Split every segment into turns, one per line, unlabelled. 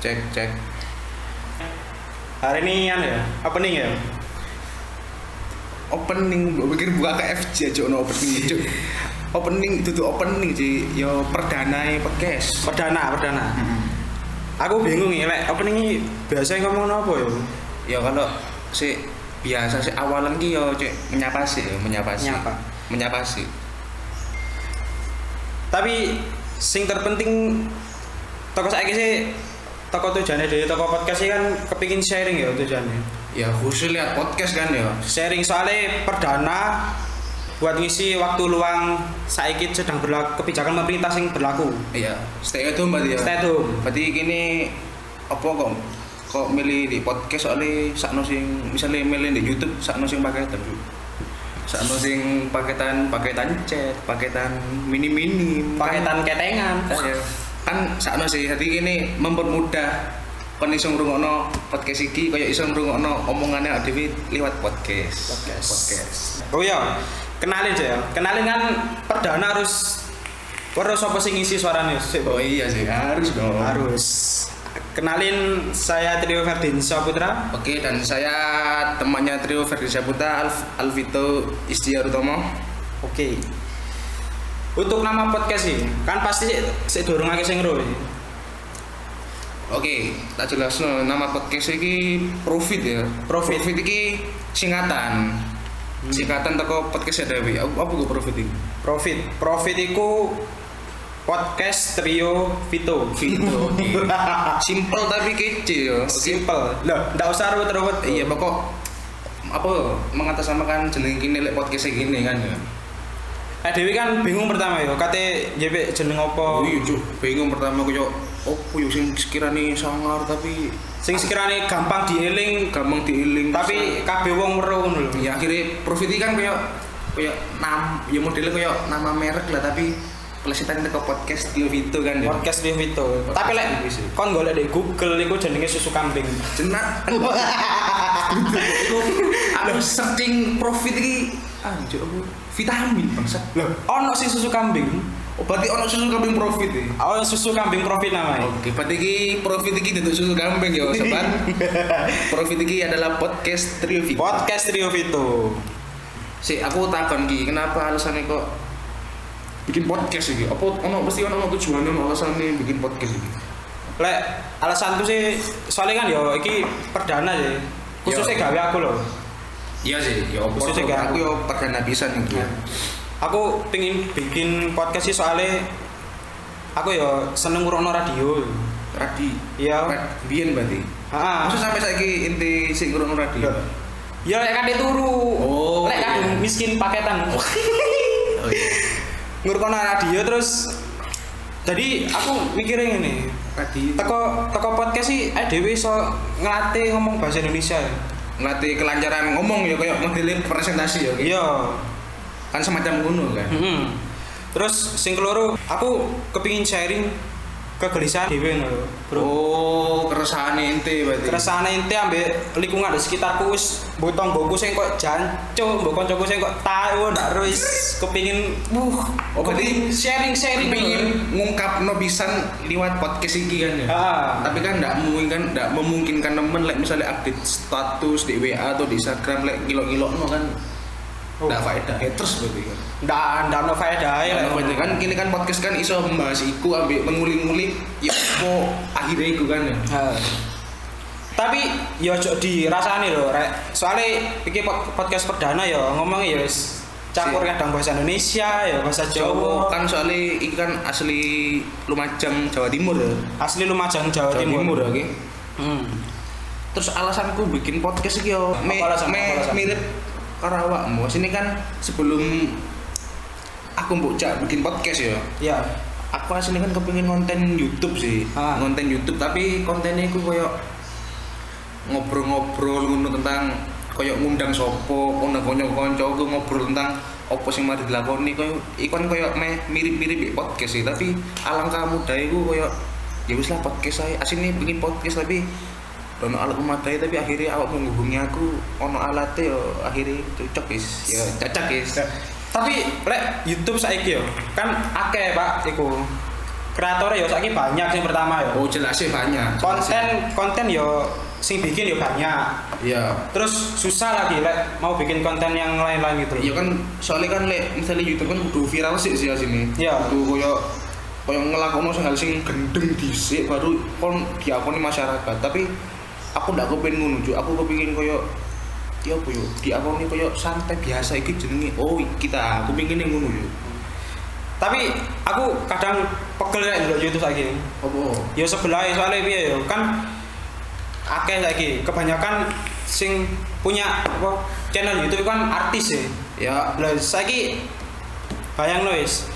cek
Hari ini anu ya, opening ya.
opening gue pikir buka KFC aja ono opening cuk opening itu tuh opening sih yo Hmm. perdana podcast
Perdana, perdana.
Mm-mm.
Aku bingung ya, lek opening ini biasanya ngomong apa ya?
ya kalau si biasa sih awalan ki yo cek menyapa sih yo, menyapa sih
Nyapa.
menyapa sih
Tapi sing terpenting toko saya sih toko tujuannya dari toko podcast ini kan kepingin sharing ya tujuannya.
ya khusus lihat podcast kan ya
Sharing soalnya perdana buat ngisi waktu luang saiki sedang berlaku kebijakan pemerintah sing berlaku.
iya stay itu berarti ya
Stay at home.
berarti gini apa kok kok milih di podcast soalnya sakno sing misalnya milih di YouTube sakno sing paketan Cuk. sakno sing paketan paketan chat paketan mini mini
Paketan ketengan.
kan sakno sih hati gini mempermudah kon iso ngrungokno podcast iki kaya iso ngrungokno omongane awake dhewe liwat podcast
Podcast.
podcast
Oh iya, kenalin aja ya. Kenalin kan perdana harus harus apa sih ngisi suaranya? Sik,
oh
Bo.
iya sih harus dong
Harus. Kenalin saya Trio Ferdinsa Putra.
Oke, dan saya temannya trio Ferdi Saputa, Alf, Alvito Istiar Utomo.
Oke. Untuk nama podcast sih, kan pasti sik sik durung akeh sing ngeru.
Oke, tak jelas nama podcast ini Profit ya.
Profit. Hmm.
ini singkatan. Singkatan toko podcast ya Dewi. Apa ke Profit ini?
Profit. Profit iku podcast Trio Vito.
Vito.
Ah.
Simple tapi kece ya. Oke.
Simple. Loh, ndak usah ruwet ruwet.
Iya, pokok apa mengatasnamakan jeneng kini lek podcast gini kan ya.
Eh Dewi kan bingung pertama yo, kate JP jeneng
Oh,
apa?
iya, Cuk. Bingung pertama koyo oh, yo sing sekiranya sangar tapi
Sing sekiranya gampang dieling
gampang diiling
tapi kabeh wong weruh ngono lho. iya.
ya akhirnya profit ini kan kayak kayak nam ya modelnya kayak nama merek lah tapi pelesetan ke podcast Tio Vito kan ya
podcast Live itu
Podcast
tapi lek
Live itu.
kon golek di Google iku jenenge susu kambing
jenak itu aku searching profit ini anjir aku vitamin bangsa
lho ono sing susu kambing
oh, berarti ono susu kambing profit ya
ono susu kambing profit namanya
Oke, berarti ini profit ini untuk susu kambing ya sobat profit ini adalah podcast Trio Vito
podcast Trio Vito
si aku takon ki kenapa alasannya kok bikin podcast iki apa ono mesti ono ono tujuannya ono alasannya bikin podcast iki
lek alasanku sih soalnya kan yo iki perdana sih khususnya
Yo.
gawe aku lho
iya sih ya apa Iya.
Khususnya
kok
gak-
aku yo perdana pisan iki
aku pengen bikin podcast sih soalnya aku yo seneng ngurungno radio
radi
iya
rad- biyen berarti
ah
maksud sampai saiki inti sing kurang radi
Loh. ya lek kate turu
Oh,
lek
iya.
kadung miskin paketan
oh iya
ngurkono radio terus jadi aku mikirnya ini
radi
teko teko podcast sih eh dewi so ngelatih ngomong bahasa Indonesia
ngelatih kelancaran ngomong ya kayak modelnya presentasi ya ki.
iya
kan semacam ngono kan
Mm-mm. Mm-hmm. terus sing keloro aku kepingin sharing kegelisahan dewi lho bro
oh keresahan inti berarti
keresahan ente ambek lingkungan di sekitarku wis mbok tonggoku sing kok jancu mbok kancaku sing kok tahu ndak ro wis kepingin wuh
Oh, berarti
kepingin sharing-sharing lho.
pengin ngungkap no pisan liwat podcast iki kan ya
Ah.
tapi kan ndak mungkin ndak memungkinkan temen like misalnya update status di WA atau di Instagram like ngilok-ngilok no kan
Oh.
ndak faedah haters berarti kan
ndak ndak ono faedahe
Ndak
lek
faedah. kan kini kan podcast kan iso membahas iku ambil mengulik-ngulik ya apa akhirnya iku kan ya
Ha. Tapi ya ojo dirasani lho, rek. Soale iki pod- podcast perdana ya ngomongnya ya wis campur
Si.
kadang bahasa Indonesia ya bahasa
Jawa
Jawa,
kan soalnya iki kan asli Lumajang Jawa Timur ya
asli Lumajang Jawa,
Jawa
Timur.
Timur ya oke.
Hmm.
terus alasanku bikin podcast iki yo me,
Apa alasan,
me,
apa alasan?
mirip karo awakmu. Sini kan sebelum aku mbok cak bikin podcast ya.
Ya,
Aku aslinya kan kepingin konten YouTube sih.
Ah.
Konten YouTube tapi kontennya aku koyo ngobrol-ngobrol ngono tentang koyo ngundang sopo, ngundang kanca-kanca aku ngobrol tentang opo sing mari dilakoni koyo ikon koyo meh mirip-mirip di podcast sih tapi alangkah mudahe ku koyo ya wis lah podcast saya asine bikin podcast tapi ono alat pemadai tapi akhirnya awak menghubungi aku ono alatnya yo akhirnya cocok is ya cocok is
tapi lek YouTube saiki ya kan akeh Pak iku. kreatornya ya saiki banyak yang pertama ya.
oh jelas sih banyak jelas sih.
Konten konten yo sing bikin yo banyak.
ya
Terus susah lagi lek mau bikin konten yang lain-lain gitu.
Iya kan soalnya kan lek misalnya YouTube kan kudu viral sih sih sini.
Iya.
Kudu koyo koyo ngelakoni sing hal sing gendeng dhisik baru kon diakoni masyarakat. Tapi aku ndak kepengin ngono, Cuk. Aku kepengin koyo ya apa yo diakoni koyo santai biasa iki jenenge oh kita aku pengen yang ngono yo.
Tapi aku kadang pegel lek ndelok YouTube saiki.
Apa?
Ya sebelah soalnya piye yo kan akeh saiki kebanyakan sing punya apa channel YouTube kan artis ya.
Ya
Lah saiki bayang wis.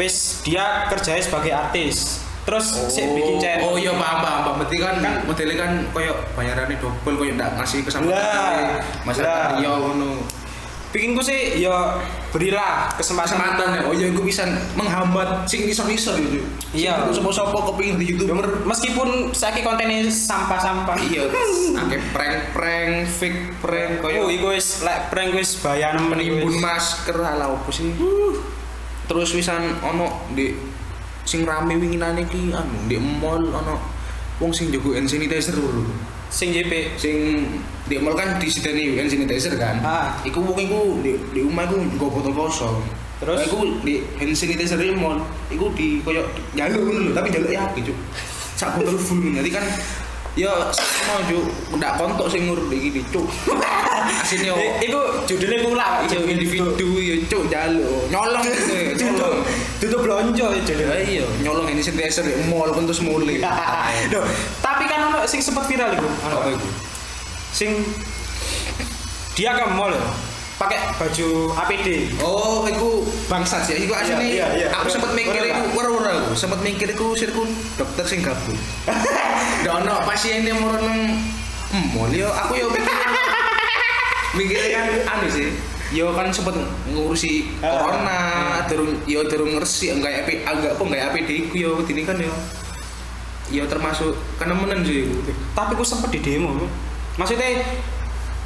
Wis dia kerjanya sebagai artis. Terus sik bikin channel.
Oh iya paham paham paham. Berarti kan,
Kan-
modelnya kan koyo bayarannya double koyo ndak ngasih
Lah.
kesamaan. Masyarakat
Lah.
iya ngono.
Pikinku sih ya berilah kesempatan.
kesempatan ya oh ya gue bisa menghambat sing iso iso gitu
Iya.
semua sopo kepingin di youtuber
Meskipun saiki kontennya sampah-sampah.
iya akeh prank prank fake prank
Oh,
koyo
iku wis lek prank wis bayan
penimbun masker ala opo sih
Uh.
terus wisan ono di sing rame winginan iki anu di mall ono wong sing jago hand sanitizer lho.
sing JP.
sing di mall kan disidani hand sanitizer kan
Ah.
iku wong iku di di omah iku nggo botol kosong
Terus?
Nah, iku di hand sanitizer di mall iku di koyo jaluk ngono lho, tapi jaluk ya cuk sak botol full nanti kan ya sama cuk ndak kontok sing ngurut iki di cuk asine yo
I- Iku judulnya pula
yo individu yo cuk jaluk nyolong gitu ya,
Tutup
nyolong
tutup blonjo ya
Ya
judulnya.
iya nyolong hand sanitizer di mall kan terus mulai
Duh, tapi kan ono sing sempat viral iku. Ono.
apa iku
Sing dia ke mall ya, pakai baju APD.
Oh, iku bangsat sih. Iku asli
Iya, iya, iya.
aku sempat mikir
Ora,
iku ora-ora aku. Sempat mikir iku sirku dokter sing gabung. Ndak ono pasien yang moro nang mall yo aku yo mikir mikir kan anu sih. Yo kan sempat ngurusi
Ah.
corona, durung yo durung ngersi enggak AP enggak apa enggak APD ku yo dini kan yo. Yo termasuk kenemenan sih
Oh,
iku.
tapi aku sempet di demo maksudnya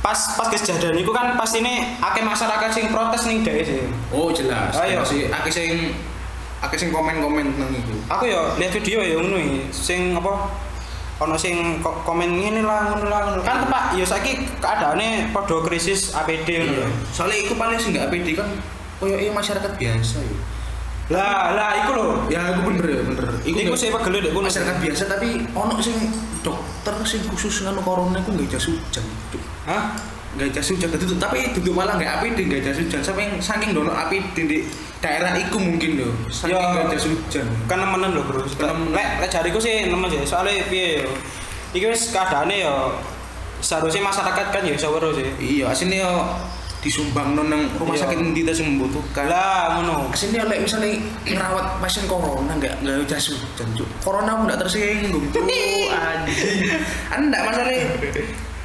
pas pas kejadian itu kan pas ini akeh masyarakat sing protes nih deh sih
Oh, jelas.
Ayo.
Sih akeh sing akeh sing komen-komen nang iku.
aku ya lihat video ya ngono iki, sing apa ono sing ko- komen ini lah ngono lah ngono kan tempat ya saiki keadaannya podo krisis APD
Iya.
ngono
Soalnya iku paling sih nggak PD kan koyo iya masyarakat biasa ya.
lah lah iku lho
Ya aku bener ya bener. Iku, nggak-
iku sih pegel deh ngono
masyarakat biasa tapi ono sing dokter sing khusus nganu corona iku nggak jas hujan. Cuk.
hah
Nggak jas hujan itu tapi duduk malah nggak APD nggak jas hujan sampai saking dono APD di daerah iku mungkin loh. Saking
Ya.
nggak jas hujan.
kan nemenan lho bro
Nemenan.
lek lek jariku sih nemen sih soalnya piye ya iki wis keadaannya ya seharusnya masyarakat kan ya iso weruh sih
Iya, asine yo disumbang nang rumah
Iya.
sakit nanti kita membutuhkan.
lah ngono
Asine oleh misalnya ngerawat pasien corona nggak nggak jas hujan cuk. Corona aku nggak tersinggung cuk. Anjing. Kan nggak masalah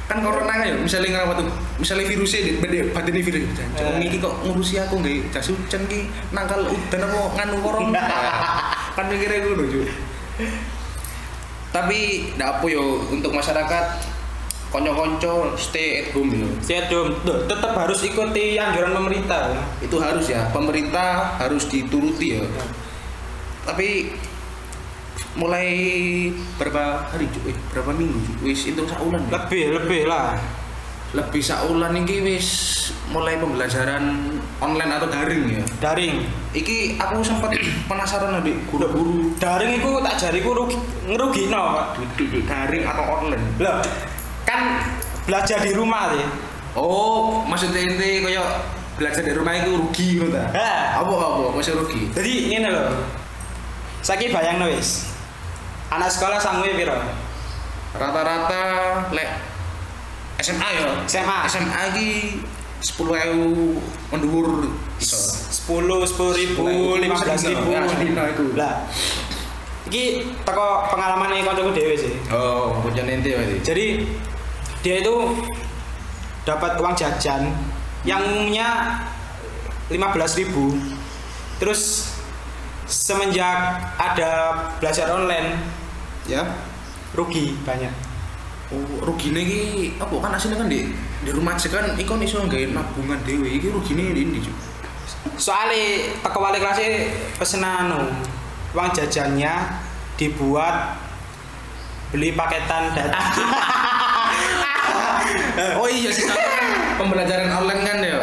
kan corona kan ya misalnya ngerawat tuh misalnya virusnya di bede badan ini virus hujan cuk.
Eh.
Ngiki kok ngurusi aku nggak jas hujan ki nangkal udan apa nganu corona. kan mikirnya gue loh cuk. Tapi nggak apa yo untuk masyarakat konco-konco stay at home yo.
Stay at home. Tuh, tetap harus ikuti anjuran pemerintah.
itu harus ya pemerintah harus dituruti ya tapi mulai berapa hari Cuk? eh, berapa minggu Cuk? wis itu saulan ya?
Lebih, lebih lah.
lebih saulan ini wis mulai pembelajaran online atau daring ya
Daring.
iki aku sempat penasaran nanti guru-guru
Daring itu tak jariku rugi, ngerugi Pak.
duduk daring atau online
Loh, kan belajar di rumah sih.
oh maksudnya ini kayak belajar dari rumah itu rugi gitu ta?
Ha.
apa apa masih rugi
Jadi ini loh. Saiki bayang wis. Anak sekolah sanggulnya piro?
rata-rata lek SMA ya
SMA.
SMA iki 10 ewu mendhuwur iso
Sepuluh, sepuluh ribu, lima belas ribu.
Ya, sedina itu.
Lah, ini teko pengalaman ini kancaku dewe sih.
oh bocah ente berarti
jadi dia itu dapat uang jajan yang umumnya 15.000 terus semenjak ada belajar online
ya
rugi banyak
oh rugine iki apa kan asine kan di di rumah aja kan iku iso gawe nabungan dhewe iki rugine ndi ndi Cuk?
soalnya teko wali kelasnya pesenan anu uang jajannya dibuat beli paketan data
oh iya sih karena kan pembelajaran online kan ya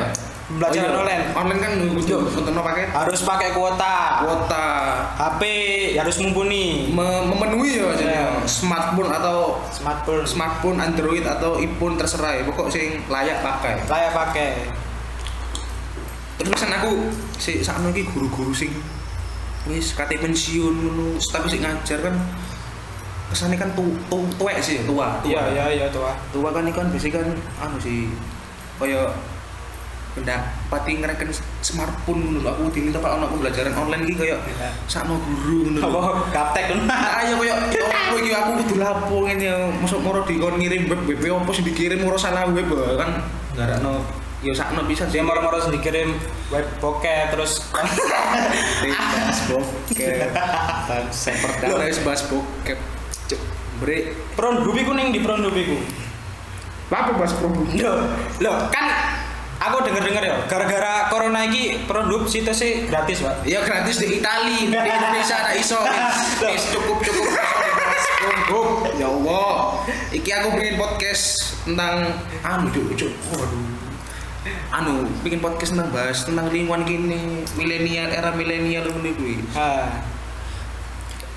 Pembelajaran
iya.
online.
online kan ngikuti untuk no pakai
harus pakai kuota
kuota
HP harus mumpuni
me- memenuhi ya maksudnya
Iya.
smartphone atau
smartphone
smartphone Android atau iPhone terserah ya pokok sing layak pakai
layak ya, pakai
terus kan aku si sakno iki guru-guru sing wis kate pensiun ngono tapi sing ngajar kan kesannya kan tu, tu, tuwek sih tua tua
iya iya iya tua
tua kan ikan biasanya kan anu sih kaya benda pati ngereken smartphone ngono lho. aku diminta pak ono pembelajaran online iki kaya
Iya.
sakno guru ngono lho.
apa gaptek
Nah, ayo kaya ya apa iki aku kudu lapo ngene ya. Mosok moro dikon ngirim web web opo sing dikirim moro salah web kan ngarakno ya sakno bisa
dia moro-moro sendiri kirim web bokeh terus
bahas bokep bangsa perdana wis bahas bokep Cuk, bre
Peron Dubi kuning di Peron Dubi ku.
apa bahas bokep
Loh, loh kan aku denger-denger ya, gara-gara corona iki Peron Dubi sih gratis, Pak.
ya gratis di Itali di Indonesia ada iso wis cukup cukup cukup ya Allah iki aku bikin podcast tentang anu cuk cuk waduh anu bikin podcast tentang bahas tentang lingkungan gini milenial era milenial ngono kuwi
Ah,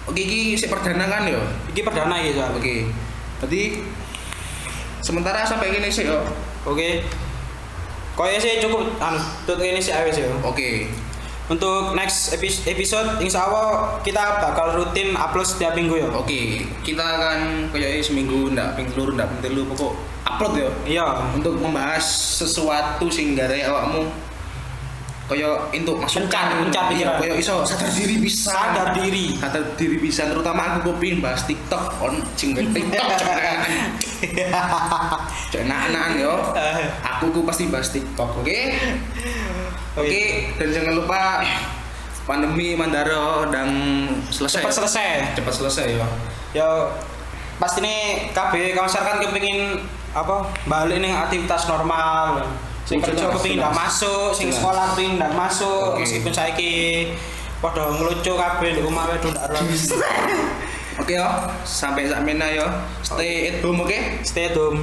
oke iki sik perdana kan ya
iki perdana iki soalnya. Oke.
oke berarti sementara sampai ini sih yo
Kayaknya sih cukup anu, tutup ini sih awes ya.
oke
Untuk next epi- episode insya Allah kita bakal rutin upload setiap minggu ya.
Oke, kita akan kayaknya seminggu ndak ping telur ndak ping telu pokok upload ya
Iya.
untuk membahas sesuatu sing gara awakmu kaya untuk masukan
Mencat- mencat pikiran.
kaya iso sadar diri bisa
Sadar diri.
sadar diri bisa terutama aku kepengin bahas TikTok on sing TikTok enak-enakan yo aku ku pasti bahas TikTok oke oke dan jangan lupa pandemi Mandaro dan selesai
Cepat selesai.
cepat selesai ya
ya pasti nih KB konser kan kepingin apa balik nih aktivitas normal sing
Oh,
kerja
jelas,
kepingin
jelas.
ndak masuk sing
Jelas.
sekolah kepingin ndak masuk
Oke.
meskipun saiki padha ngelucu kabeh di omah wae ndak ora
oke yo sampai sampai yo stay at home oke
stay at home